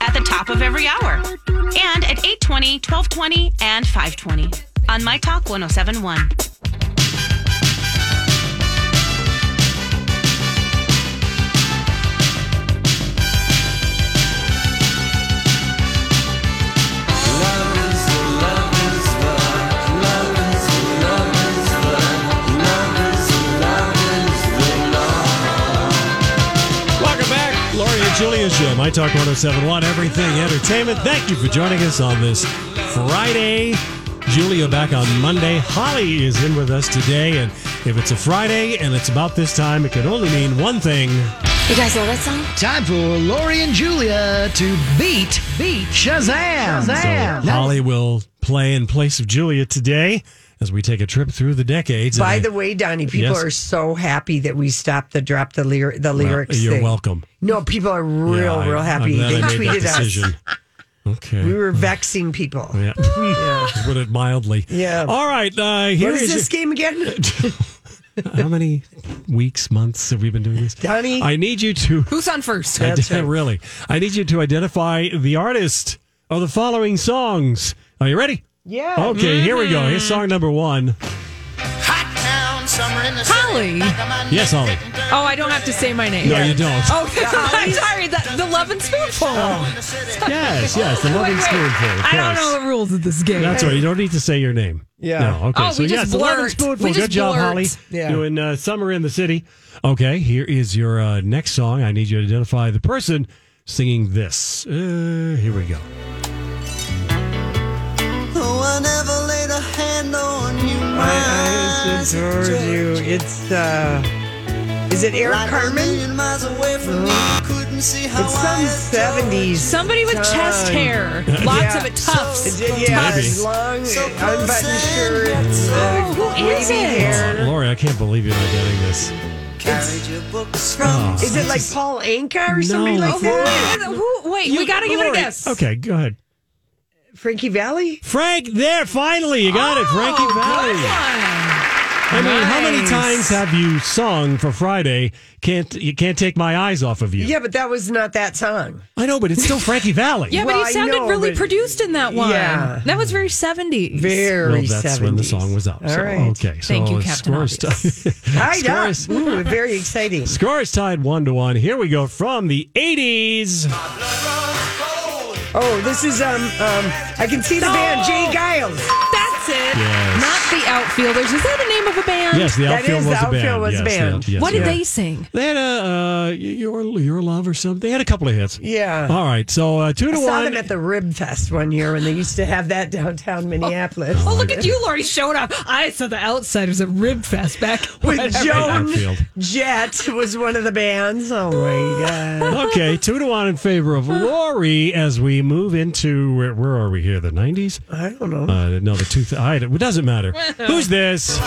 at the top of every hour and at 820, 1220, and 520 on My Talk 1071. Welcome back. Lori and Julia Show, My Talk 1071, Everything Entertainment. Thank you for joining us on this Friday. Julia back on Monday. Holly is in with us today. And if it's a Friday and it's about this time, it can only mean one thing. You guys know that song? Time for Lori and Julia to beat beat Shazam. Shazam. So Holly will play in place of Julia today as we take a trip through the decades. By And the I- way, Donnie, people Yes. are so happy that we stopped the drop the lyric the lyrics. you're thing. welcome. No, people are real, Yeah, I- real I'm happy. glad They I made that tweeted us. decision. Okay. We were vexing people. Yeah. Put it mildly. Yeah. All right. Uh, here What is is your- this game again? How many weeks, months have we been doing this? Donnie? I need you to Who's on first? That's right. really. I need you to identify the artist of the following songs. Are you ready? Yeah. Okay, here we go. Here's Mm-hmm. song number one. Hot town, summer in the Holly. Yes, Holly. Oh, I don't have to say my name. No, you don't. Oh, I'm sorry. The, the Love and Spoonful. Yes, yes. The loving Wait, wait. spoonful. of I don't course. know the rules of this game. That's right. You don't need to say your name. Yeah. No. Okay. Oh, so we just yes, the loving blurt. spoonful. We Good just job, blurt. Holly. Yeah. Doing uh, summer in the city. Okay. Here is your uh, next song. I need you to identify the person singing this. Uh, here we go. Oh, I never laid a hand on you. I, I just adored you. It's uh is it Eric Carmen? Couldn't see how It's some seventies. Somebody with chest Done. hair. Lots Yeah. of it tufts. Yeah, Maybe. long unbuttoned shirt. uh, who is wavy it? hair. Uh, Lori, I can't believe you're not getting this. Carried your books from Is it like Paul Anka or somebody Oh. No. Oh, like that? Who, wait, we got to give it a guess. Okay, go ahead. Frankie Valley? Frank, there, finally, you got it. Oh, Frankie Valley. I mean, how many Nice. times have you sung for Friday? Can't you can't take my eyes off of you? Yeah, but that was not that song. I know, but it's still Frankie Valley. Yeah, Well, but I he sounded know, really but- produced in that one. Yeah. That was very 70s. Very Well, that's 70s. when the song was out. All so, right. Okay, so Thank you, it's Captain score Obvious. is tied. Tied score, up. is, Ooh, very exciting. score is tied one to one. Here we go from the eighties. Oh, this is um um I can see the band Jay Giles. That's it. Yes. Not the Outfielders. Is that the name of a band? Yes, the That outfield is, the was a band. outfield was a yes, band. the- yes, what did yeah. they sing? They had a uh, your your love or something. They had a couple of hits. Yeah. All right. So uh, two I to saw one. them at the Rib Fest one year when they used to have that downtown Minneapolis. Oh, look at you, Lori, showing up. I saw the Outsiders at Rib Fest back With Joan Outfield. Jett was one of the bands. Oh my god. okay, two to one in favor of Lori as we move into where, where are we here? The nineties? I don't know. Uh, no, the two. Th- I, it doesn't matter. Who's this?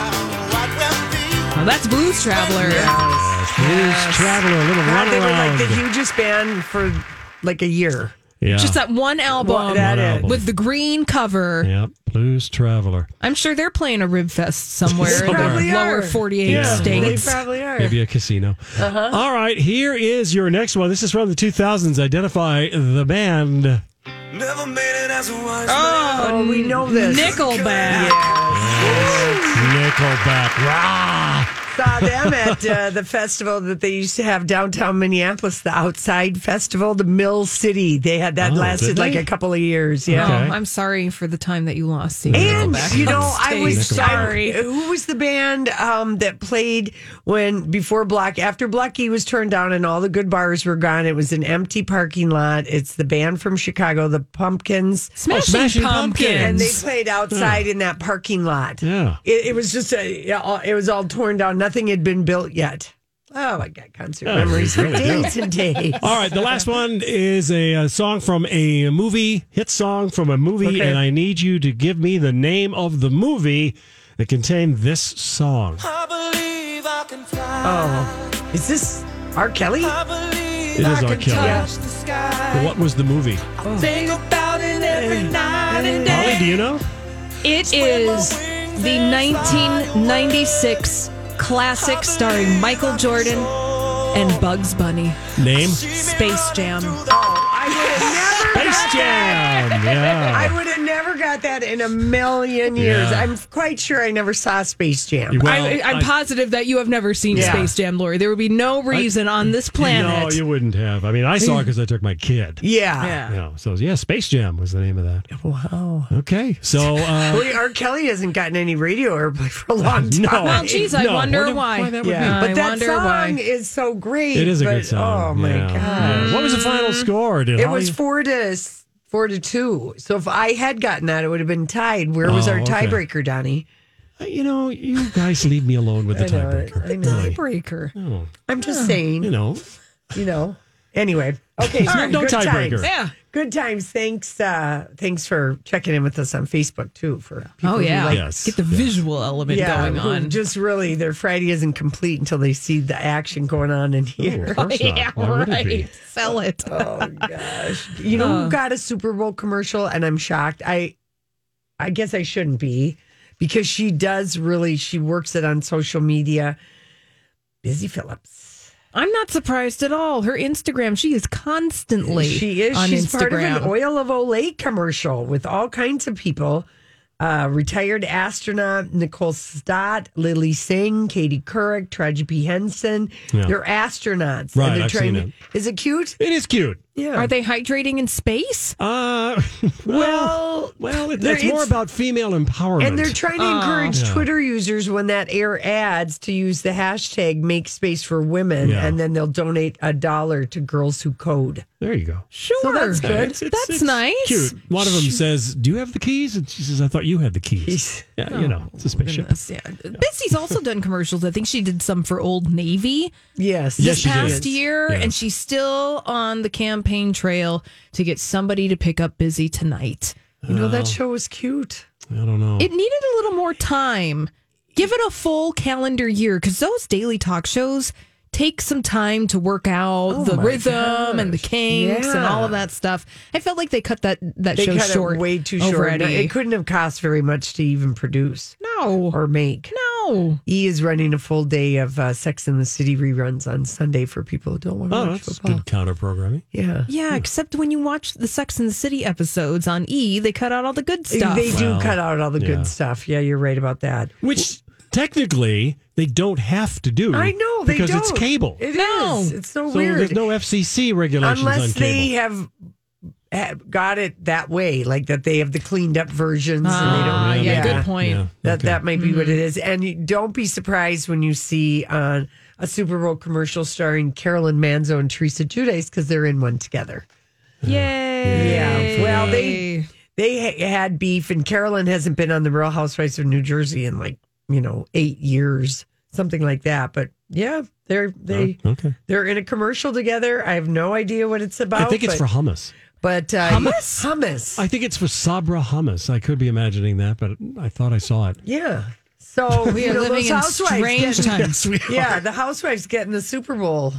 Well, that's Blues Traveler. Who's Traveler? A little God, they were runaround. like the hugest band for like a year. yeah. Just that one album that is. album. with the green cover. yeah, Blues Traveler. I'm sure they're playing a Rib Fest somewhere, They probably in the lower are. 48 Yeah. They states. probably are. Maybe a casino. Uh-huh. All right, here is your next one. This is from the 2000s. Identify the band. Never made it as a wise Oh, we know this. Nickelback. Nickelback. Rah! saw them at uh, the festival that they used to have downtown Minneapolis, the Outside Festival, the Mill City. They had that Oh, did lasted like they? a couple of years. Yeah. Okay. I'm sorry for the time that you lost. Seeing her go And back you on know, I was stage. Oh, I- sorry. who was the band um, that played when before Block after Block E was turned down and all the good bars were gone? It was an empty parking lot. It's the band from Chicago, the Pumpkins. Smashing, Smashing pumpkins. Pumpkins. And they played outside in that parking lot. Yeah. It, it was just a, yeah, all- it was all torn down. Nothing had been built yet. Oh, I got concert Yeah, memories you for really do. days and days. All right, the last one is a, uh song from a movie, hit song from a movie, Okay. and I need you to give me the name of the movie that contained this song. Oh, is this R. Kelly? It is R. Kelly. What was the movie? Oh. Holly, do you know? It is the 1996 classic starring Michael Jordan and Bugs Bunny, Name? Space Jam. I would have never Space got that. Jam. Yeah. I would have never got that in a million years. Yeah. I'm quite sure I never saw Space Jam. Well, I, I'm I- positive that you have never seen Yeah. Space Jam, Lori. There would be no reason on this planet. No, you wouldn't have. I mean, I saw it because I took my kid. Yeah. Yeah. You know, so yeah, Space Jam was the name of that. Wow. Okay, so uh, Well, R. Kelly hasn't gotten any radio airplay for a long time. No. Well, geez, I No, wonder wonder why. why that would Yeah. I But that wonder song why. is so great. it is a but- good song. Oh, my Yeah. God. Yeah. What was the final score? Did It Holly- was four to s- four to two. So if I had gotten that, it would have been tied. Where was Oh, our okay. tiebreaker, Donnie? You know, you guys leave me alone with the I know it. tiebreaker. I know. Really. Breaker. I'm just You saying, know, you know. Anyway, okay. so no good tiebreaker. times. Yeah. Good times. Thanks. Uh, thanks for checking in with us on Facebook too. For people Oh, yeah. who like, Yes. Get the visual element going who on. Just really, their Friday isn't complete until they see the action going on in Of here. course not. Why would it be? Sell it. Oh gosh! You know who got a Super Bowl commercial, and I'm shocked. I, I guess I shouldn't be, because she does really. She works it on social media. Busy Phillips. I'm not surprised at all. Her Instagram, she is constantly She is. on she's Instagram. part of an Oil of Olay commercial with all kinds of people. Uh, retired astronaut Nicole Stott, Lily Singh, Katie Couric, Tragic P. Henson. Yeah. They're astronauts. and Right, they're I've seen trying to- it. Is it cute? It is cute. Yeah. Are they hydrating in space? Uh, well, well, it, there- it's more it's- about female empowerment. And they're trying to encourage Yeah. Twitter users when that air ads to use the hashtag make space for women Yeah. and then they'll donate a dollar to girls who code. there you go. Sure. So that's good. It's- it's- That's it's nice. Cute. One of them says, "Do you have the keys?" And she says, "I thought you had the keys." Keys. Yeah, you know, it's a spaceship. Oh, Goodness, yeah. Betsy's also done commercials. I think she did some for Old Navy Yes, Yes. this she did. past year, Yeah. and she's still on the campaign trail to get somebody to pick up Busy tonight. You know Oh. that show was cute. I don't know. It needed a little more time. Give it a full calendar year because those daily talk shows take some time to work out the Oh my rhythm and the gosh. kinks and all of Yeah. that stuff. I felt like they cut that that They show cut short, it way too Oh, over short. at No, E. It couldn't have cost very much to even produce no, or make. no. E is running a full day of uh, Sex and the City reruns on Sunday for people who don't want to oh, watch that's football. good counter programming. Yeah. Yeah, except when you watch the Sex and the City episodes on E, they cut out all the good stuff. They do Wow. cut out all the Yeah. good stuff. Yeah, you're right about that. Which technically they don't have to do. I know they because don't. it's cable. It is. No. It's so, so weird. there's no FCC regulations on unless cable. they have, have got it that way, like that they have the cleaned up versions. and they Ah, don't, yeah, good point. Yeah, That okay. Mm-hmm. that might be what it is. And you- don't be surprised when you see uh, a Super Bowl commercial starring Carolyn Manzo and Teresa Judice because they're in one together. Yay! Yeah. Well, they they ha- had beef, and Carolyn hasn't been on the Real Housewives of New Jersey in like you know eight years, something like that. But yeah, they're they okay. they're in a commercial together. I have no idea what it's about. I think it's but- for hummus. But uh, Hummus? hummus. I think it's for Sabra hummus. I could be imagining that, but I thought I saw it. yeah. So We you are know, living those in housewives strange getting- times. Yeah, the housewives getting the Super Bowl.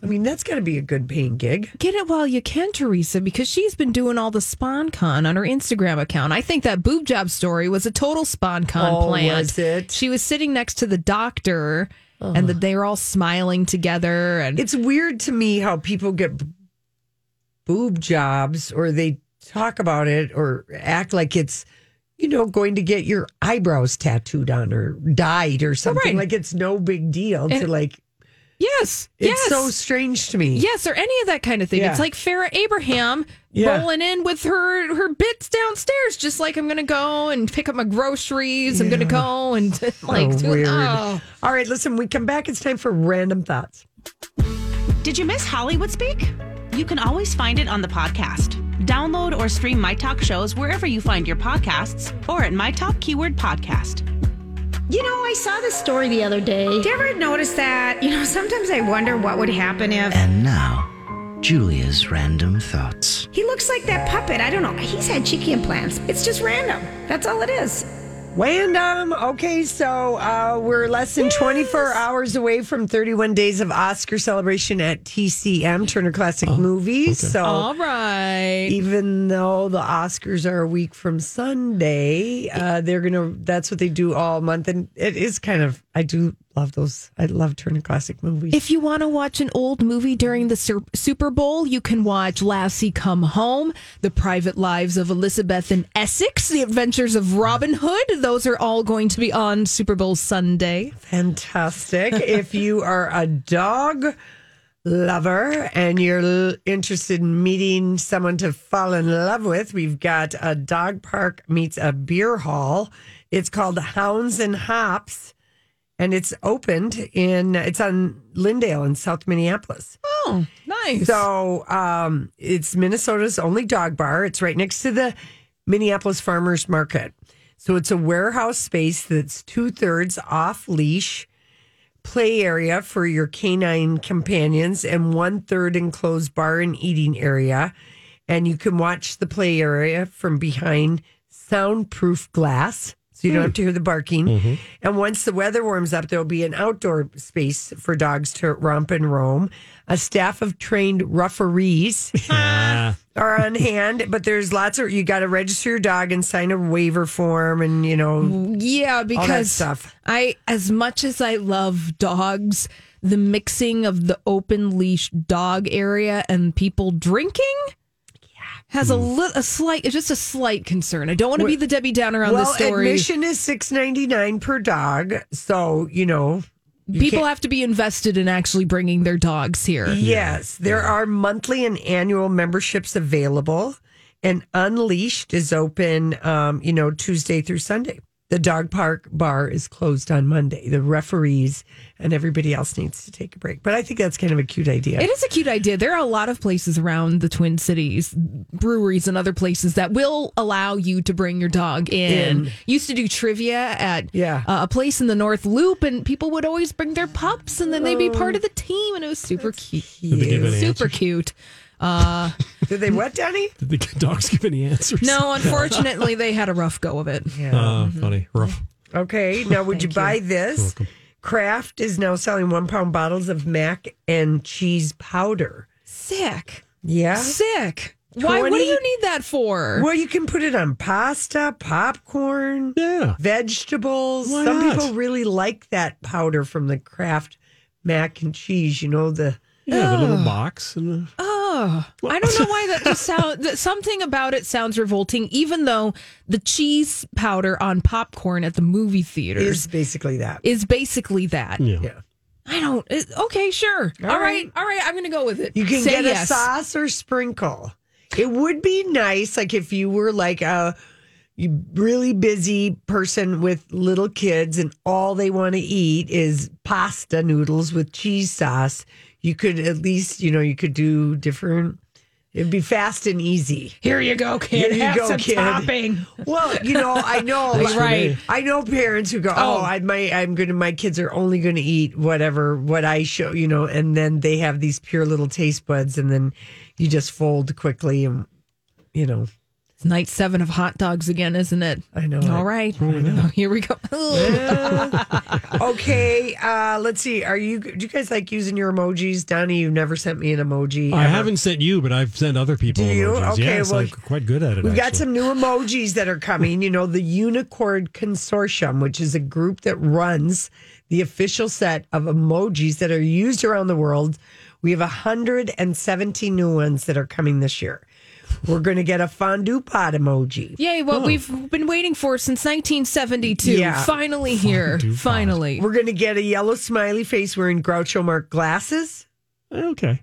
I mean, that's got to be a good paying gig. Get it while you can, Teresa, because she's been doing all the SponCon on her Instagram account. I think that boob job story was a total SponCon Oh, plant. was it? She was sitting next to the doctor, and that they were all smiling together. And It's weird to me how people get b- boob jobs or they talk about it or act like it's you know, going to get your eyebrows tattooed on or dyed or something. Right. Like it's no big deal to And- like. Yes. It's yes. so strange to me. Yes, or any of that kind of thing. Yeah. It's like Farrah Abraham Yeah. rolling in with her her bits downstairs, just like I'm gonna go and pick up my groceries. I'm gonna go and like so do- weird. oh. All right, listen, we come back. It's time for random thoughts. Did you miss Hollywood Speak? You can always find it on the podcast. Download or stream My Talk shows wherever you find your podcasts or at My Talk Keyword Podcast. You know, I saw this story the other day. Did you ever notice that? You know, sometimes I wonder what would happen if And now, Julia's random thoughts. he looks like that puppet. I don't know. He's had cheeky implants. It's just random. That's all it is. Random. Okay, so uh, we're less than 24 hours away from 31 days of Oscar celebration at TCM, Turner Classic Movies. So. All right. even though the Oscars are a week from Sunday, uh, they're gonna. That's what they do all month, and it is kind of. I do love those. I love Turner Classic movies. If you want to watch an old movie during the Sur- Super Bowl, you can watch Lassie Come Home, The Private Lives of Elizabeth and Essex, The Adventures of Robin Hood. Those are all going to be on Super Bowl Sunday. Fantastic. if you are a dog lover and you're l- interested in meeting someone to fall in love with, we've got a dog park meets a beer hall. It's called Hounds and Hops. And it's opened in it's on Lindale in South Minneapolis. Oh, nice. So um, it's Minnesota's only dog bar. It's right next to the Minneapolis Farmers Market. So it's a warehouse space that's two thirds off leash play area for your canine companions and one third enclosed bar and eating area. And you can watch the play area from behind soundproof glass. So you don't have to hear the barking. And once the weather warms up, there'll be an outdoor space for dogs to romp and roam. A staff of trained referees are on hand, but there's lots of you got to register your dog and sign a waiver form, and you know, Yeah, because stuff. I as much as I love dogs, the mixing of the open leash dog area and people drinking has a little a slight just a slight concern. I don't want to be the Debbie Downer on well, this story. admission is six ninety nine per dog, so you know. people have to be invested in actually bringing their dogs here. Yes, there are monthly and annual memberships available, and Unleashed is open, um, you know, Tuesday through Sunday. The dog park bar is closed on Monday. The referees and everybody else needs to take a break. But I think that's kind of a cute idea. It is a cute idea. There are a lot of places around the Twin Cities, breweries and other places that will allow you to bring your dog in. Used to do trivia at Yeah. uh, a place in the North Loop, and people would always bring their pups, and then they'd be part of the team, and it was super cute. Did they give any Super answers? cute. Uh, Did they what, Donnie? Did the dogs give any answers? no, unfortunately, they had a rough go of it. Uh, Mm-hmm. Funny. Rough. Okay, now would you buy this? Kraft is now selling one pound bottles of mac and cheese powder. Sick. Yeah. Sick. Why? What do 20? you need that for? Well, you can put it on pasta, popcorn, Yeah. vegetables. Why Some not? people really like that powder from the Kraft mac and cheese, you know, the Yeah, the little box. And, uh, Oh, I don't know why that just sounds. That something about it sounds revolting, even though the cheese powder on popcorn at the movie theaters is is, basically that. basically that. yeah. Yeah. I don't. It, okay, sure. all right. all right. I'm gonna go with it. You can Say get yes. a sauce or sprinkle. It would be nice, like if you were like a you- really busy person with little kids and all they want to eat is pasta noodles with cheese sauce. You could at least, you know, you could do different. It'd be fast and easy. Here you go, Here kid. you Have go, some kid. topping. Well, you know, I know, Thanks for Right. me. I know parents who go, "Oh, Oh. I might, I'm gonna, my kids are only gonna eat whatever what I show," you know, and then they have these pure little taste buds, and then you just fold quickly, and you know, It's night seven of hot dogs again, isn't it? I know. All right. Here we go. okay, uh, let's see. Are you? Do you guys like using your emojis, Donnie? You've never sent me an emoji. I ever. haven't sent you, but I've sent other people. Do you? emojis. Okay, Yes, well, I'm quite good at it. We've got actually. some new emojis that are coming. You know, the Unicord Consortium, which is a group that runs the official set of emojis that are used around the world. We have 117 new ones that are coming this year. We're going to get a fondue pot emoji. Yay, what we've been waiting for since 1972. Yeah. Finally here. Fondue pot. Finally. We're going to get a yellow smiley face wearing Groucho Mark glasses. Okay.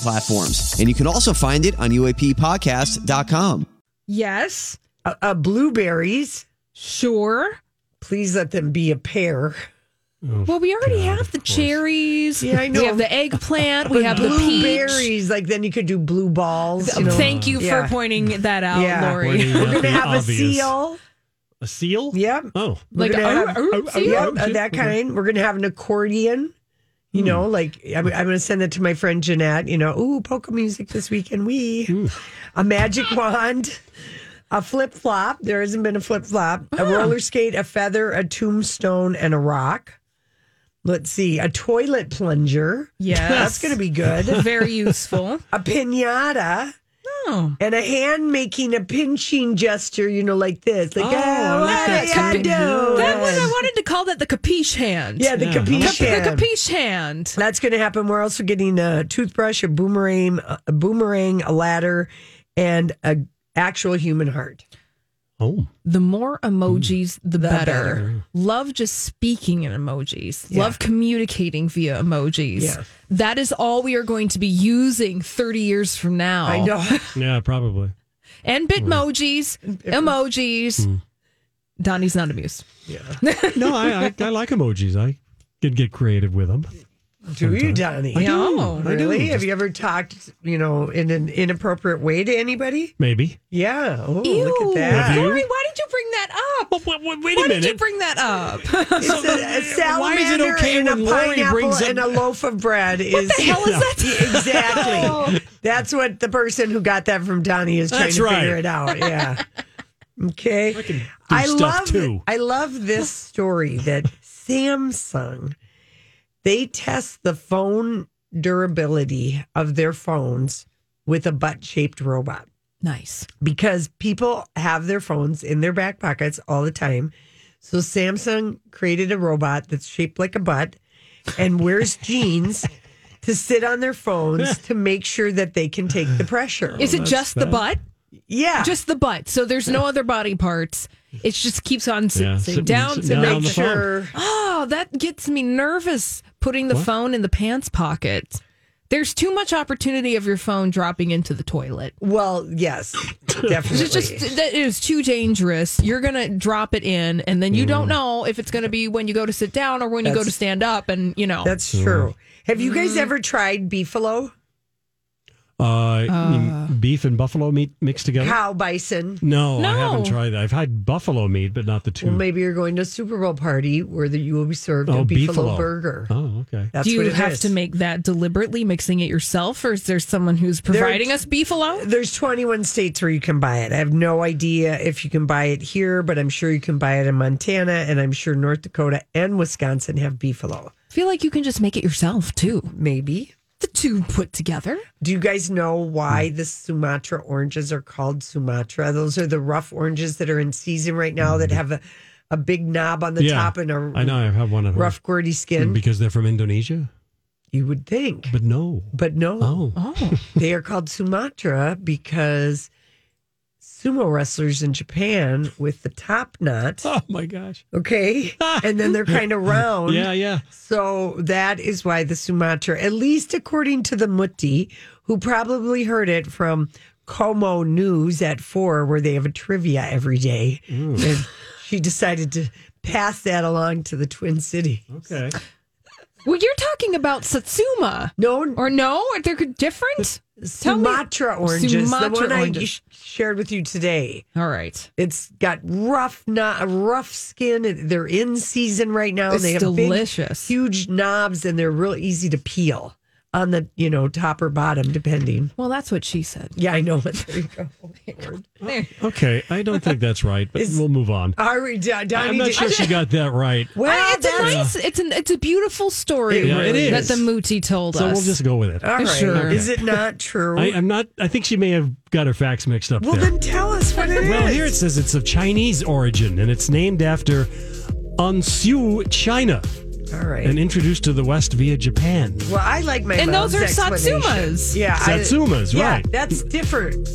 platforms. And you can also find it on UAPpodcast.com. Yes. Uh, uh, blueberries. Sure. Please let them be a pear. Well, we already have the cherries. Yeah, I know. We have the eggplant. we But have the peach. blueberries. Like then you could do blue balls. You know? Thank you Yeah. for pointing that out, Yeah. Where do Lori. you get We're going to the have obvious? a seal. A seal? Yep. Oh. Like, gonna oh, have- oh, oh, see? yeah. Yep, uh, that Okay. kind. We're gonna have an accordion. You Hmm. know, like I'm, I'm gonna send that to my friend Jeanette. You know, ooh, polka music this weekend. We Hmm. a magic wand, a flip flop. There hasn't been a flip flop. A Ah. roller skate, a feather, a tombstone, and a rock. Let's see, a toilet plunger. Yes. that's gonna be good. Very useful. A pinata. Oh. And a hand making a pinching gesture, you know, like this. Like, oh, Oh, I like what that. are you Capi- doing? That was, I wanted to call that the capiche hand. Yeah, the Yeah. capiche. Cap- The hand. capiche hand. That's going to happen. We're also getting a toothbrush, a boomerang, a boomerang, a ladder, and a actual human heart. Oh. The more emojis, the, better. Mm, better. Love just speaking in emojis. Yeah. Love communicating via emojis. Yeah. That is all we are going to be using 30 years from now. Oh. I know. Yeah, probably. And bitmojis, Mm. emojis. Donnie's not amused. No, I, I, I like emojis. I can get creative with them. Do you, Donnie? Oh, I No, do. I do. Really? Have Just- you ever talked, you know, in an inappropriate way to anybody? Maybe. Yeah. Oh, look at Have that. you? Lori, why did you bring that up? Well, wait, wait, wait a why minute. did you bring that up? It's a, a salamander Why is it okay and a when Lori pineapple brings up- and a loaf of bread is the hell is that? exactly. That's what the person who got that from Donnie is trying Oh. That's to right. figure it out. Yeah. Okay. I, do stuff love too. I love this story that Samsung they test the phone durability of their phones with a butt-shaped robot Nice. because people have their phones in their back pockets all the time. So Samsung created a robot that's shaped like a butt and wears jeans to sit on their phones to make sure that they can take the pressure. Is it that's just the bad. butt? yeah. Just the butt. So there's no other body parts. It just keeps on sitting, Yeah, sitting- down. sitting sitting down down. on the phone. sure. Oh, that gets me nervous putting the What? phone in the pants pocket. There's too much opportunity of your phone dropping into the toilet. Well, yes, definitely. It's just that is too dangerous. You're gonna drop it in, and then you don't know if it's gonna be when you go to sit down or when you go to That's- stand up, and you know. that's true. Have you Mm. guys ever tried beefalo? Uh, you mean beef and buffalo meat mixed together? Cow bison. no, I haven't No. tried that. I've had buffalo meat, but not the two. Well, maybe you're going to a Super Bowl party where the, you will be served Oh, a beefalo, beefalo. burger. oh, okay. That's Do you what it have is. to make that deliberately, mixing it yourself, or is there someone who's providing us beefalo? There's 21 states where you can buy it. I have no idea if you can buy it here, but I'm sure you can buy it in Montana, and I'm sure North Dakota and Wisconsin have beefalo. I feel like you can just make it yourself too. Maybe. The two put together. Do you guys know Hmm. why the Sumatra oranges are called Sumatra? Those are the rough oranges that are in season right now that have a, a big knob on the Hmm. yeah, top and a I know I've had one of rough, gritty them skin. because they're from Indonesia, you would think, but no. but no. Oh, Oh, They are called Sumatra because sumo wrestlers in Japan with the top knot. oh my gosh. okay? and then they're kind of round. Yeah, yeah. So that is why the Sumatra, at least according to the Mutti, who probably heard it from Como News at four, where they have a trivia every day. And she decided to pass that along to the Twin City. Okay. well, you're talking about Satsuma, No, or no? Are they different? Tell me. Sumatra oranges, Sumatra the one I oranges. sh- shared with you today. All right. It's got rough, not rough skin. It- They're in season right now. It's they have big, delicious. huge knobs, and they're real easy to peel. on the, you know, top or bottom, depending. Well, that's what she said. Yeah, I know. But there you go. Okay, I don't think that's right, but we'll move on. Are we, Don- Donnie, I'm not did- sure she got that right. Well, I- it's a that's- nice, it's an, it's a beautiful story Yeah, it that is. the Mootie told So us. we'll just go with it. All right. Sure. Is it not true? I, I'm not. I think she may have got her facts mixed up well, there. then tell us what it is. well, here it says it's of Chinese origin and it's named after Ansu, China, All right. and introduced to the West via Japan. well, I like my And those mom's are explanation. satsumas. Yeah, I- Satsumas, yeah, right. That's different.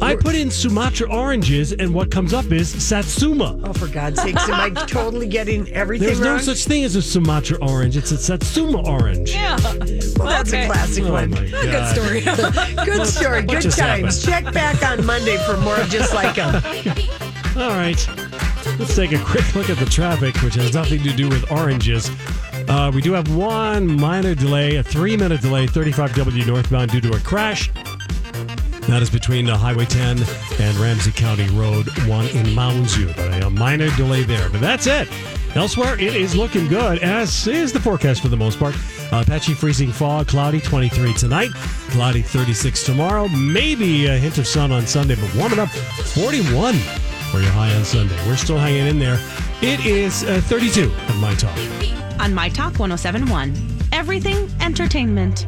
I put in Sumatra oranges, and what comes up is Satsuma. Oh, for God's sakes, am I totally getting everything There's no wrong? such thing as a Sumatra orange. It's a Satsuma orange. well, that's a Okay. classic Oh one. my God. Good story. Good story. what Good just times. Check back on Monday for more just like them. All right. Let's take a quick look at the traffic, which has nothing to do with oranges. Uh, we do have one minor delay, a three minute delay, 35W northbound due to a crash. That is between uh, Highway 10 and Ramsey County Road 1 in Mounds View. But a minor delay there. But that's it. Elsewhere, it is looking good, as is the forecast for the most part. Uh, patchy freezing fog, cloudy 23 tonight, cloudy 36 tomorrow, maybe a hint of sun on Sunday, but warming up 41 for your high on Sunday. We're still hanging in there. It is uh, 32 at my talk. on My Talk 1071. Everything entertainment.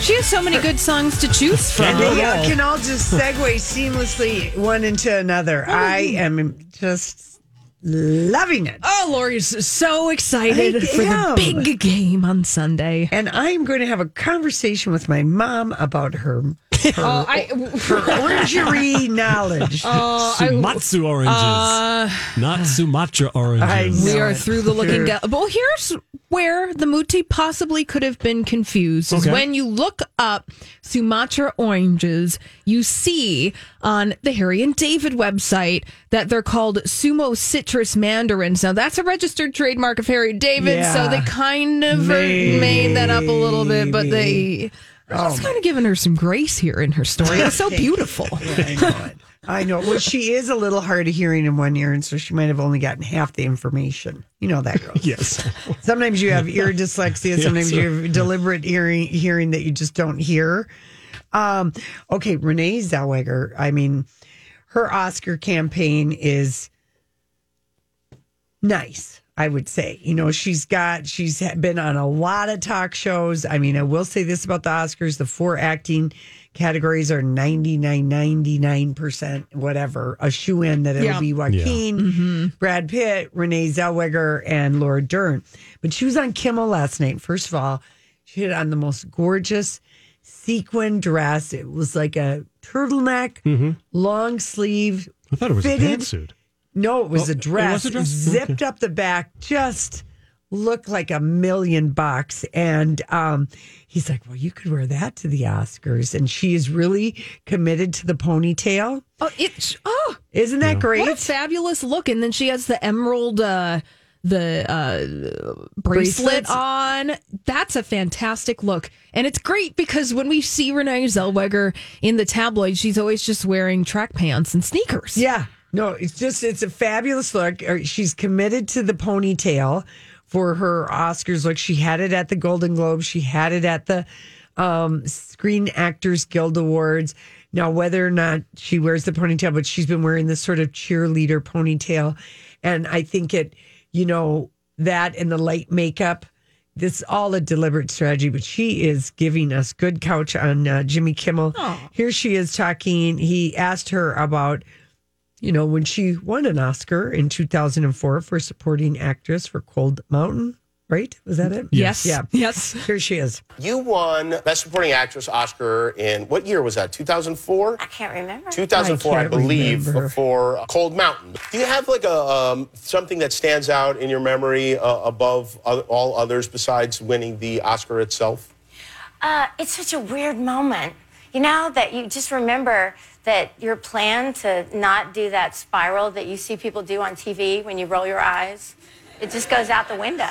she has so many good songs to choose from. They all can all just segue seamlessly one into another. I am just loving it. Oh, Lori's so excited I for the am. big game on Sunday. And I'm going to have a conversation with my mom about her, her, Oh, her orangery knowledge. Uh, Sumatsu oranges, not Sumatra I oranges. know. We are it. through the looking Sure. glass. Well, here's where the muti possibly could have been confused. Is Okay. when you look up Sumatra oranges, you see on the Harry and David website that they're called Sumo Citrus Mandarins. Now, that's a registered trademark of Harry and David, so Yeah. they kind of are- made that up a little bit, but they. Oh I was kind of giving her some grace here in her story. It's so beautiful. I know it. I know. it. Well, she is a little hard of hearing in one ear, and so she might have only gotten half the information. You know that girl. Yes. Sometimes you have ear dyslexia. Sometimes sure. you have deliberate hearing, hearing that you just don't hear. Um, okay, Renee Zellweger. I mean, her Oscar campaign is nice. I would say, you know, she's got, she's ha- been on a lot of talk shows. I mean, I will say this about the Oscars the four acting categories are 99, 99%, whatever, a shoe in that it'll Yeah. be Joaquin, Brad Pitt, Renee Zellweger, and Laura Dern. But she was on Kimmel last night. First of all, she had on the most gorgeous sequin dress. It was like a turtleneck, long sleeve, I thought it was Fitted. a pantsuit. no, it was Oh, a it was dress. a dress? Zipped up the back, just looked like a million bucks. And um, he's like, Well, you could wear that to the Oscars. And she is really committed to the ponytail. Oh, it's oh, Isn't that great? What a fabulous look! And then she has the emerald, uh, the uh, bracelet Bracelets. on. That's a fantastic look, and it's great because when we see Renee Zellweger in the tabloid, she's always just wearing track pants and sneakers. Yeah. No, it's just it's a fabulous look. Er, She's committed to the ponytail for her Oscars look. She had it at the Golden Globes. She had it at the um, Screen Actors Guild Awards. Now, whether or not she wears the ponytail, but she's been wearing this sort of cheerleader ponytail, and I think it, you know, that and the light makeup. This is all a deliberate strategy, but she is giving us good couch on uh, Jimmy Kimmel. Here she is talking. He asked her about you know, when she won an Oscar in 2004 for supporting actress for Cold Mountain, right? Was that it? Yes. Yeah. Yes. Here she is. You won Best Supporting Actress Oscar in what year was that? 2004? I can't remember. 2004, I I, can't believe, remember. for Cold Mountain. Do you have like a um, something that stands out in your memory uh, above o- all others besides winning the Oscar itself? Uh, it's such a weird moment, you know, that you just remember that your plan to not do that spiral that you see people do on TV when you roll your eyes. It just goes out the window.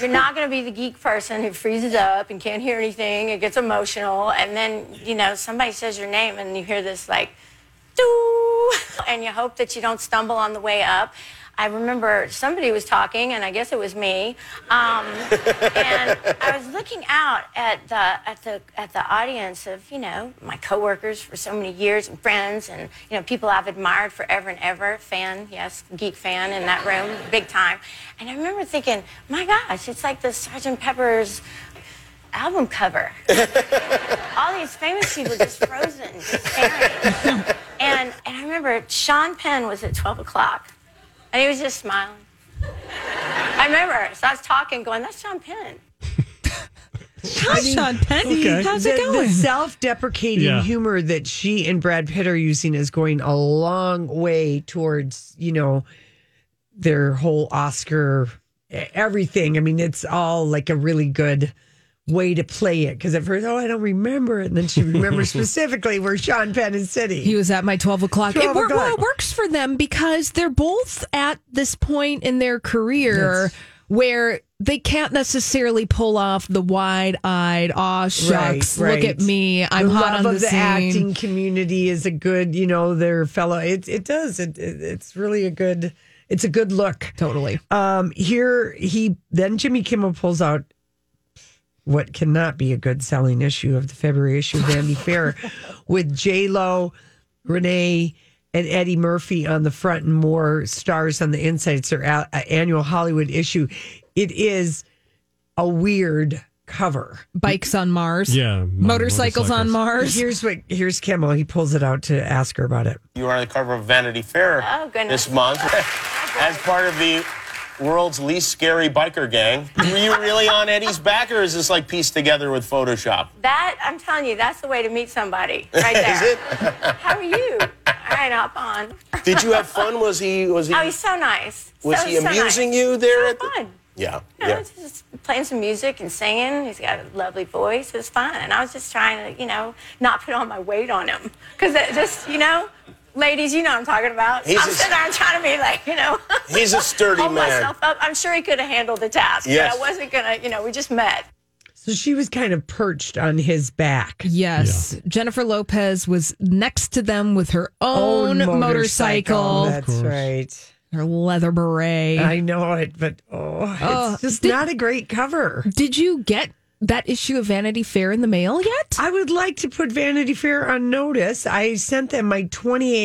You're not going to be the geek person who freezes up and can't hear anything and gets emotional. And then, you know, somebody says your name and you hear this like, doo, and you hope that you don't stumble on the way up. I remember somebody was talking, and I guess it was me. Um, and I was looking out at the at the at the audience of you know my coworkers for so many years and friends and you know people I've admired forever and ever. Fan, yes, geek fan in that room, big time. And I remember thinking, my gosh, it's like the Sergeant Pepper's album cover. All these famous people just frozen, just staring. And, and I remember Sean Penn was at 12 o'clock, and he was just smiling. I remember, so I was talking, going, "That's Sean Penn." Hi, Sean Penn. Okay. How's it The going? self-deprecating Yeah. humor that she and Brad Pitt are using is going a long way towards you know their whole Oscar e- everything. I mean, it's all like a really good way to play it because at first, oh, I don't remember it, and then she remembers specifically where Sean Penn is sitting. He was at my twelve o'clock. It, 12 wor- well, o'clock. it works for them because they're both at this point in their career where they can't necessarily pull off the wide-eyed, "Aw, shucks, Right, look right. at me, I'm the hot love on the, of the scene." acting community is a good, you know, their fellow. It it does. It, it it's really a good. It's a good look. Totally. Um, here he then Jimmy Kimmel pulls out what cannot be a good selling issue of the February issue of Vanity Fair with J Lo, Renee, and Eddie Murphy on the front and more stars on the inside. It's their a- a- annual Hollywood issue. It is a weird cover. Bikes on Mars. Yeah, Motorcycles, on Mars. Here's what here's Kimmel. He pulls it out to ask her about it. You are on the cover of Vanity Fair Oh, goodness. this month as part of the world's least scary biker gang. Were you really on Eddie's back, or is this like pieced together with Photoshop? That I'm telling you, that's the way to meet somebody, right there. is it? How are you? All right, hop on. Did you have fun? Was he? Was he? Oh, he's so nice. was so, he so nice. amusing you there? So at the- fun. Yeah. You know, yeah. just playing some music and singing. He's got a lovely voice. It was fun. And I was just trying to, you know, not put all my weight on him. Because just, you know, ladies, you know what I'm talking about. He's I'm a- sitting there and trying to be like, you know, He's a sturdy hold man. myself up. I'm sure he could have handled the task. Yes. But I wasn't going to, you know, we just met. So she was kind of perched on his back. Yes. Jennifer Lopez was next to them with her own, motorcycle. That's right. Her leather beret. I know it, but oh, Oh, it's just did- not a great cover. Did you get that issue of Vanity Fair in the mail yet? I would like to put Vanity Fair on notice. I sent them my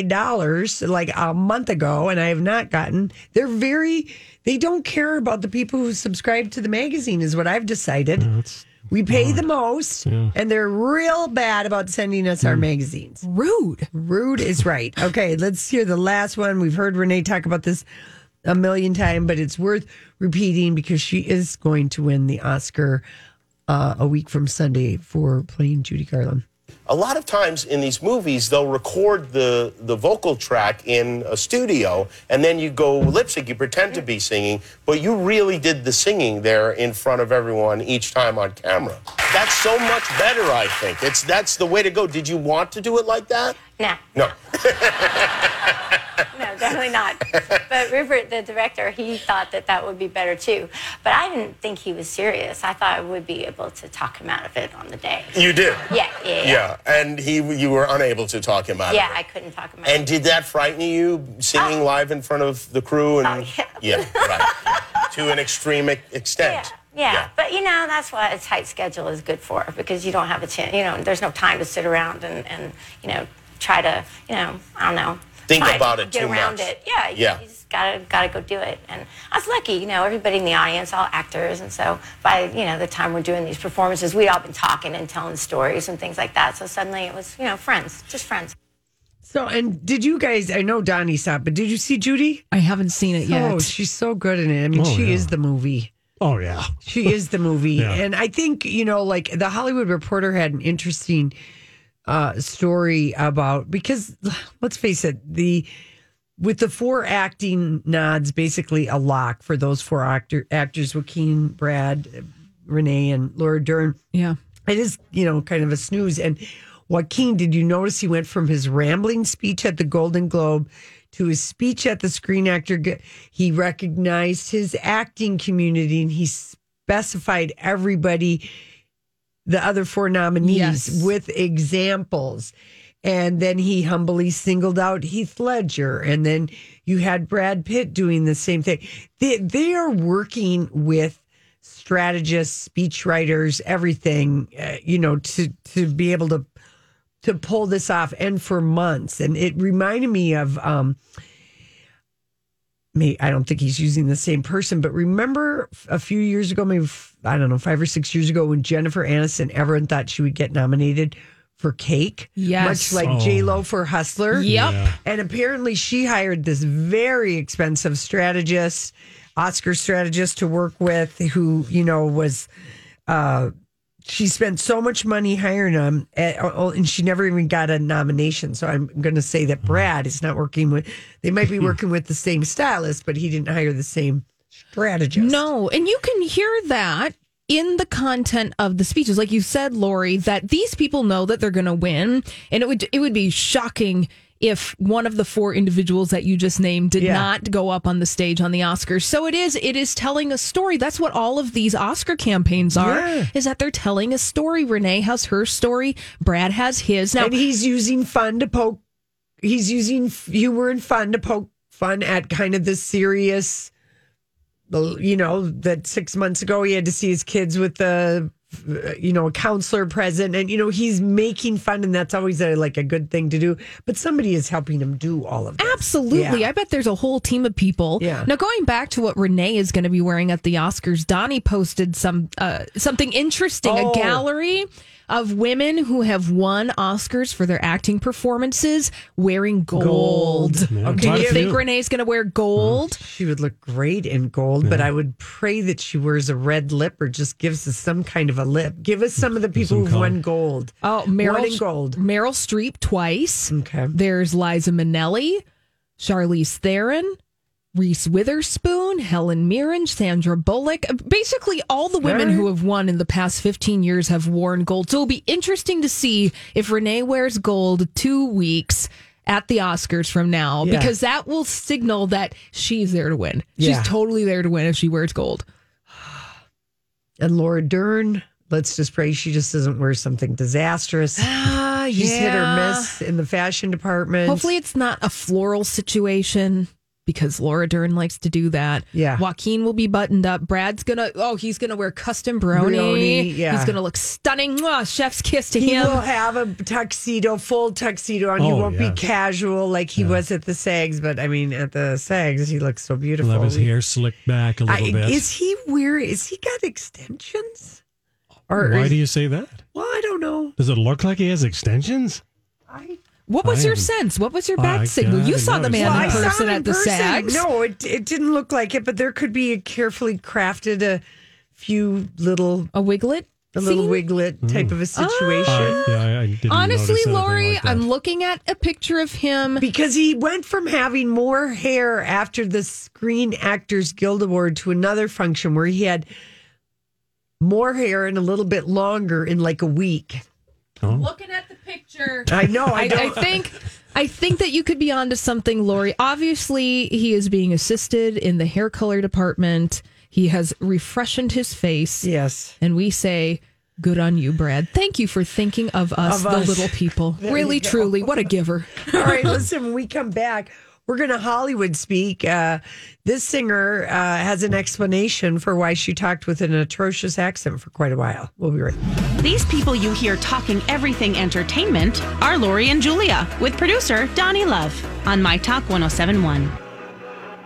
$28 like a month ago and I have not gotten. They're very they don't care about the people who subscribe to the magazine is what I've decided. we pay the most and they're real bad about sending us our magazines. Rude. Rude is right. Okay, let's hear the last one. We've heard Renee talk about this a million times, but it's worth repeating because she is going to win the Oscar uh, a week from Sunday for playing Judy Garland. A lot of times in these movies, they'll record the, the vocal track in a studio, and then you go lip sync. You pretend to be singing, but you really did the singing there in front of everyone each time on camera. That's so much better, I think. It's that's the way to go. Did you want to do it like that? No. No. No, definitely not. But Rupert, the director, he thought that that would be better too. But I didn't think he was serious. I thought I would be able to talk him out of it on the day. You did. Yeah, yeah, yeah. Yeah, and he you were unable to talk him out Yeah, of I it. couldn't talk him out. And did that frighten you singing live in front of the crew and Ah. Oh, yeah. right. to an extreme e- extent. Yeah, but you know that's what a tight schedule is good for because you don't have a chance. You know, there's no time to sit around and and you know try to you know I don't know Think try to about it get too around much. it. Yeah, you- Yeah. You just gotta gotta go do it. And I was lucky, you know, everybody in the audience, all actors, and so by you know the time we're doing these performances, we'd all been talking and telling stories and things like that. So suddenly it was you know friends, just friends. So, and did you guys? I know Donnie saw, it, but did you see Judy? I haven't seen it yet. Oh, she's so good in it. I mean, Oh, she yeah. is the movie. Oh yeah. She is the movie. Yeah. And I think, you know, like the Hollywood Reporter had an interesting uh, story about because let's face it, the with the four acting nods basically a lock for those four actor actors, Joaquin, Brad, Renee, and Laura Dern. Yeah. It is, you know, kind of a snooze. And Joaquin, did you notice he went from his rambling speech at the Golden Globe to his speech at the Screen Actor. G- He recognized his acting community and he specified everybody, the other four nominees, Yes. with examples. And then he humbly singled out Heath Ledger. And then you had Brad Pitt doing the same thing. They, they are working with strategists, speech writers, everything, uh, you know, to, to be able to to pull this off and for months and it reminded me of um me i don't think he's using the same person but remember f- a few years ago maybe f- i don't know five or six years ago when jennifer aniston everyone thought she would get nominated for cake Yes. much like Oh. j-lo for hustler Yep. Yeah. and apparently she hired this very expensive strategist oscar strategist to work with who you know was uh she spent so much money hiring him, at, oh, and she never even got a nomination. So I'm going to say that Brad is not working with. They might be working with the same stylist, but he didn't hire the same strategist. No, and you can hear that in the content of the speeches, like you said, Lori, that these people know that they're going to win, and it would it would be shocking if one of the four individuals that you just named did Yeah. not go up on the stage on the Oscars. So it is it is telling a story. That's what all of these Oscar campaigns are Yeah. is that they're telling a story. Renee has her story, Brad has his. Now and he's using fun to poke. He's using f- humor and fun to poke fun at kind of the serious. the- You know that six months ago he had to see his kids with the, you know, a counselor present, and you know he's making fun, and that's always a, like a good thing to do. But somebody is helping him do all of that. Absolutely. Yeah. I bet there's a whole team of people. Yeah. Now going back to what Renee is going to be wearing at the Oscars, Donnie posted some uh, something interesting, Oh. a gallery of women who have won Oscars for their acting performances wearing gold. Gold. Yeah, Do quite you a think few. Uh-huh. Renee's going to wear gold? She would look great in gold, but I would pray that she wears a red lip or just gives us some kind of a lip. Give us some of the people who've won gold. Oh, Meryl Won in gold. Meryl Streep twice. Okay. There's Liza Minnelli, Charlize Theron, Reese Witherspoon, Helen Mirren, Sandra Bullock. Basically, all the women who have won in the past 15 years have worn gold. So it'll be interesting to see if Renee wears gold two weeks at the Oscars from now Yeah. because that will signal that she's there to win. Yeah. She's totally there to win if she wears gold. And Laura Dern, let's just pray she just doesn't wear something disastrous. Ah, She's hit or yeah. miss in the fashion department. Hopefully, it's not a floral situation because Laura Dern likes to do that. Yeah. Joaquin will be buttoned up. Brad's gonna, oh, he's gonna wear custom brownie. Brownie, yeah. He's gonna look stunning. Mwah, chef's kiss to he him. will have a tuxedo, full tuxedo on. he Oh, won't yeah. be casual like he was at the SAGs, but I mean, at the SAGs, he looks so beautiful. Love his hair slicked back a I- little bit. Is he weird? Is he got extensions? Or Why is- do you say that? Well, I don't know. Does it look like he has extensions? what was I your haven't- sense? What was your Oh, bat I- I signal? You haven't saw the noticed man that. in Well, I saw person him at in the person. SAGs. No, it, it didn't look like it, but there could be a carefully crafted a few little a wiglet, a little scene? wiglet type of a situation. I, yeah, I, I didn't Honestly, notice anything Lori, like that. I'm looking at a picture of him. because he went from having more hair after the Screen Actors Guild Award to another function where he had more hair and a little bit longer in like a week. Looking at the picture. I know, I I, don't- think. I think that you could be onto something, Lori. Obviously, he is being assisted in the hair color department. He has refreshened his face. Yes. And we say, good on you, Brad. Thank you for thinking of us, Of the us. little people. There really, you go. truly, what a giver. All right, listen, when we come back, we're going to Hollywood speak. Uh, this singer uh, has an explanation for why she talked with an atrocious accent for quite a while. We'll be right These people you hear talking everything entertainment are Lori and Julia with producer Donnie Love on My Talk 1071.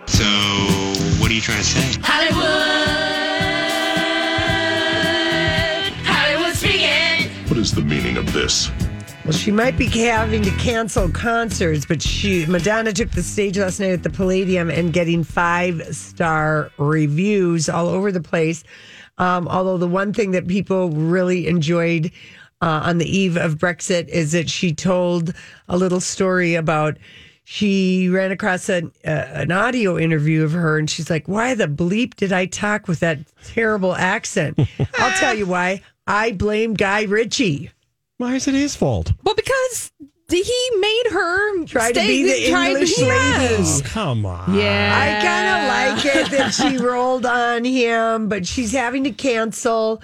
So, what are you trying to say? Hollywood. Hollywood speaking. What is the meaning of this? Well, she might be having to cancel concerts, but she Madonna took the stage last night at the Palladium and getting five star reviews all over the place. Um, although the one thing that people really enjoyed uh, on the eve of Brexit is that she told a little story about she ran across an, uh, an audio interview of her and she's like, Why the bleep did I talk with that terrible accent? I'll tell you why. I blame Guy Ritchie. Why is it his fault? Well, because he made her Try to stay- be the tried- English yes. Oh, come on. I kind of like it that she rolled on him, but she's having to cancel.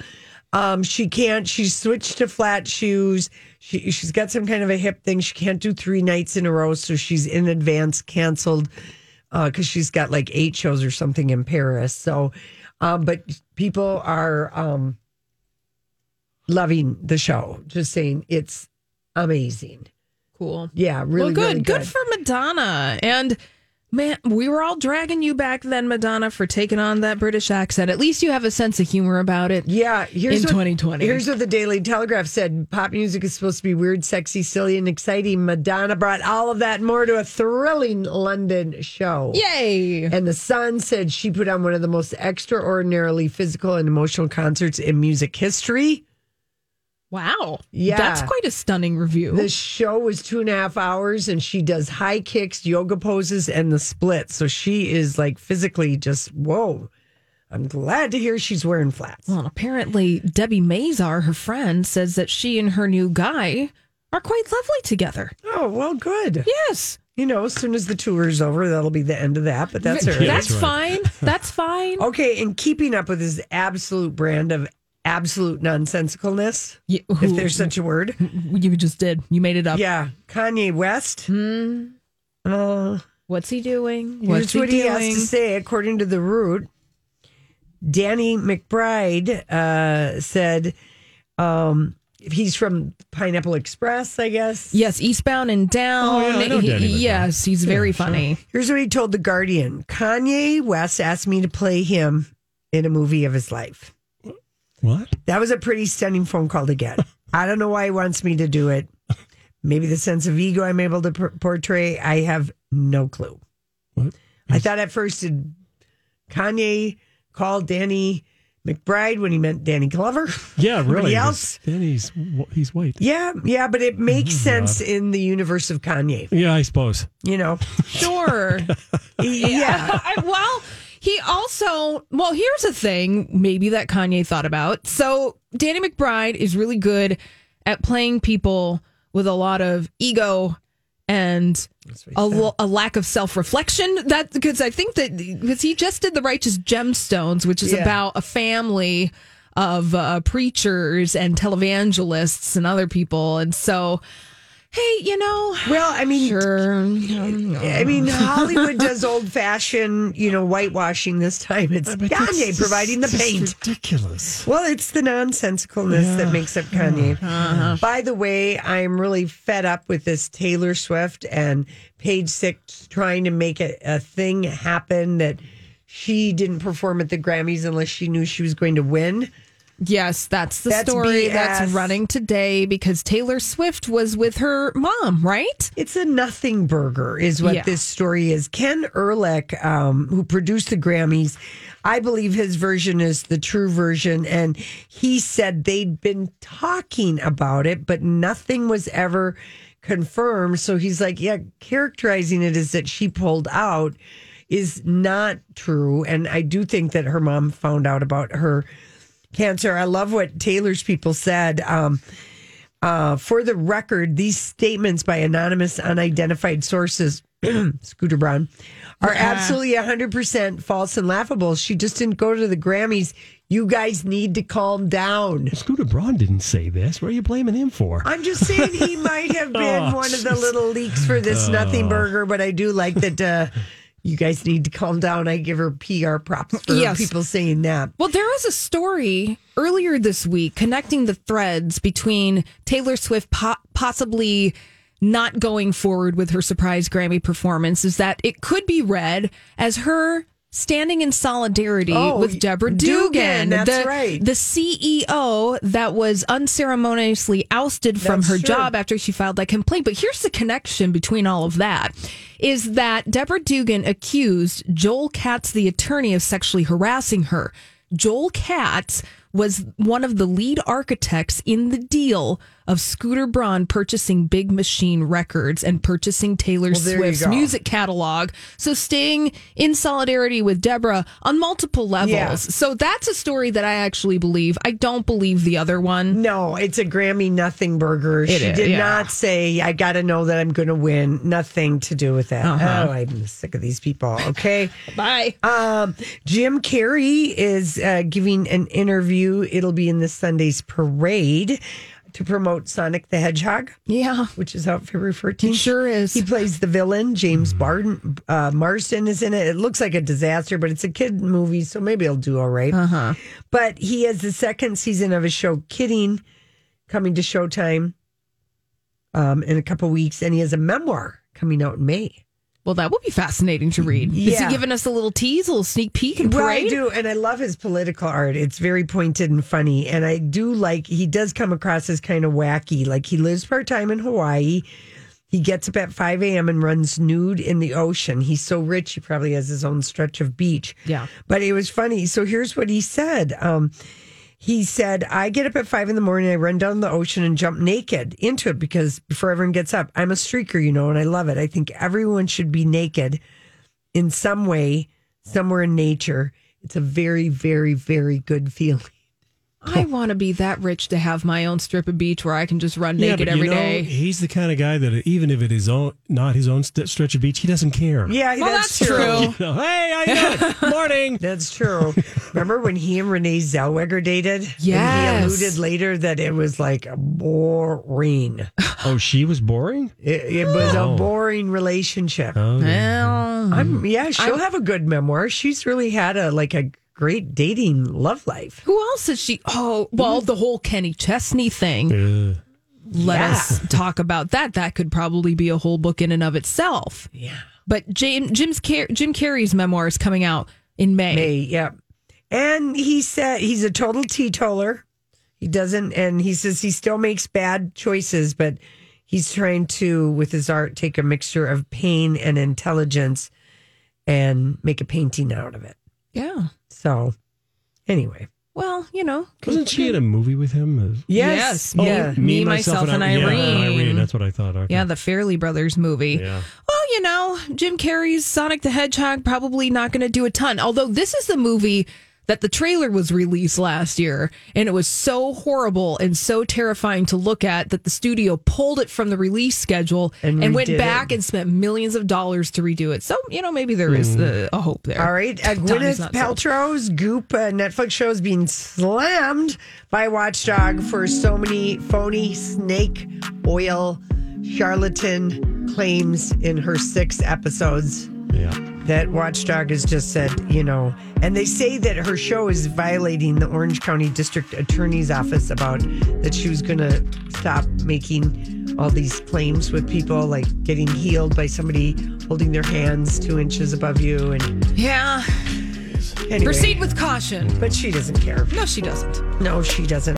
Um, she can't. She switched to flat shoes. She she's got some kind of a hip thing. She can't do three nights in a row, so she's in advance canceled because she's got like eight shows or something in Paris. So, um, but people are um, loving the show. Just saying, it's amazing. Cool. Yeah, really, well, good. really good. for Madonna. And man, we were all dragging you back then, Madonna, for taking on that British accent. At least you have a sense of humor about it. Yeah, here's in what, 2020. Here's what the Daily Telegraph said: Pop music is supposed to be weird, sexy, silly, and exciting. Madonna brought all of that and more to a thrilling London show. Yay! And the Sun said she put on one of the most extraordinarily physical and emotional concerts in music history. wow. Yeah. That's quite a stunning review. The show was two and a half hours, and she does high kicks, yoga poses, and the split. So she is like physically just whoa. I'm glad to hear she's wearing flats. Well, and apparently Debbie Mazar, her friend, says that she and her new guy are quite lovely together. Oh, well, good. Yes. You know, as soon as the tour is over, that'll be the end of that, but that's all right. That's fine. Oh, That's fine. Okay, and keeping up with his absolute brand of absolute nonsensicalness, Yeah, if who- there's such a word. You just did. You made it up. Yeah, Kanye West. Hmm. Uh, What's he doing? here's What's he what he doing? has to say, according to The Root. Danny McBride uh, said um, he's from Pineapple Express, I guess. Yes, Eastbound and Down. Oh, yeah, I know He- Danny McBride. yes, he's very funny. Here's what he told The Guardian Kanye West asked me to play him in a movie of his life. What? That was a pretty stunning phone call to get. I don't know why he wants me to do it. Maybe the sense of ego I'm able to por- portray, I have no clue. What? I thought at first did Kanye call Danny McBride when he meant Danny Glover. Yeah, Everybody really. else? Then he's he's white. Yeah, yeah, but it makes Mhm, sense in the universe of Kanye. Yeah, I suppose. You know, Sure. yeah. I- well, he also, well, here's a thing maybe that Kanye thought about. So, Danny McBride is really good at playing people with a lot of ego and a, lo- a lack of self reflection. That because I think that because he just did the Righteous Gemstones, which is Yeah. about a family of uh, preachers and televangelists and other people, and so. Hey, you know, Well, I mean, sure. I mean, Hollywood does old fashioned, you know, whitewashing this time. It's Kanye providing the paint. ridiculous. Well, it's the nonsensicalness that makes up Kanye. By the way, I'm really fed up with this Taylor Swift and Page Six trying to make a, a thing happen that she didn't perform at the Grammys unless she knew she was going to win. Yes, that's the That's story BS. that's running today because Taylor Swift was with her mom, right? It's a nothing burger, is what Yeah. this story is. Ken Ehrlich, um, who produced the Grammys, I believe his version is the true version. And he said they'd been talking about it, but nothing was ever confirmed. So he's like, yeah, characterizing it as that she pulled out is not true. And I do think that her mom found out about her cancer. I love what Taylor's people said. Um, uh, for the record, these statements by anonymous, unidentified sources, Scooter Brown, are absolutely 100% false and laughable. She just didn't go to the Grammys. You guys need to calm down. Scooter Braun didn't say this. What are you blaming him for? I'm just saying he might have been Oh, one of the jeez. Oh. little leaks for this nothing burger, but I do like that uh, you guys need to calm down. I give her PR props for Yes. people saying that. Well, there was a story earlier this week connecting the threads between Taylor Swift po- possibly not going forward with her surprise Grammy performance, is that it could be read as her standing in solidarity Oh, with Deborah Dugan, Dugan, that's the, right. the CEO that was unceremoniously ousted from That's her true. job after she filed that complaint. But here's the connection between all of that is that Deborah Dugan accused Joel Katz, the attorney, of sexually harassing her. Joel Katz was one of the lead architects in the deal of Scooter Braun purchasing Big Machine Records and purchasing Taylor Well, there you Swift's go. music catalog. So staying in solidarity with Deborah on multiple levels. Yeah. So that's a story that I actually believe. I don't believe the other one. No, it's a Grammy nothing burger. It she is, did yeah. not say, I got to know that I'm going to win. Nothing to do with that. Uh-huh. Oh, I'm sick of these people. Okay. Bye. Um, Jim Carrey is uh, giving an interview. It'll be in this Sunday's parade to promote Sonic the Hedgehog. Yeah. Which is out February 14th. sure is. He plays the villain. James Barden, uh, Marston is in it. It looks like a disaster, but it's a kid movie, so maybe it'll do all right. Uh-huh. But he has the second season of his show, Kidding, coming to Showtime um, in a couple weeks, and he has a memoir coming out in May. Well, that will be fascinating to read. Is he Yeah. giving us a little tease, a little sneak peek and Well, parade? I do, and I love his political art. It's very pointed and funny, and I do like he does come across as kind of wacky. Like he lives part time in Hawaii. He gets up at five a.m. and runs nude in the ocean. He's so rich, he probably has his own stretch of beach. Yeah. but it was funny. So here's what he said. Um, he said, I get up at five in the morning, I run down the ocean and jump naked into it because before everyone gets up, I'm a streaker, you know, and I love it. I think everyone should be naked in some way, somewhere in nature. It's a very, very, very good feeling. I want to be that rich to have my own strip of beach where I can just run naked but every you know, day. He's the kind of guy that even if it is own, not his own st- stretch of beach, he doesn't care. Yeah, Well, that's, that's true. true. You know, hey, how you doing? Morning. That's true. Remember when he and Renee Zellweger dated? And Yes. he alluded later that it was like boring. Oh, she was boring. It, it was Oh. a boring relationship. Oh, Well, I'm yeah, she'll I'm- have a good memoir. She's really had a like a great dating love life. who else is she? Oh, well, the whole Kenny Chesney thing. yeah. Let Yeah. us talk about that. That could probably be a whole book in and of itself. Yeah. But Jim Jim's Car- Jim Carrey's memoir is coming out in May. May, yeah. And he said he's a total teetotaler. He doesn't and he says he still makes bad choices, but he's trying to with his art take a mixture of pain and intelligence and make a painting out of it. Yeah. So anyway. Well, you know, Wasn't she in a movie with him? Yes. Oh, Yeah. Me, Myself, and I- yeah, Irene. Irene. That's what I thought. Okay. Yeah, the Fairley Brothers movie. Yeah. Well, you know, Jim Carrey's Sonic the Hedgehog probably not going to do a ton. Although this is the movie that the trailer was released last year and it was so horrible and so terrifying to look at that the studio pulled it from the release schedule And and, went redid it. back and spent millions of dollars to redo it. So, you know, maybe there is uh, a hope there. All right. Uh, Donnie's Gwyneth not sold. Paltrow's Goop uh, Netflix show is being slammed by Watchdog for so many phony snake oil charlatan claims in her six episodes Yeah. that Watchdog has just said, you know, and they say that her show is violating the Orange County District Attorney's Office about that she was going to stop making all these claims with people like getting healed by somebody holding their hands two inches above you and Yeah. anyway, Proceed with caution. but she doesn't care No, she doesn't. no she doesn't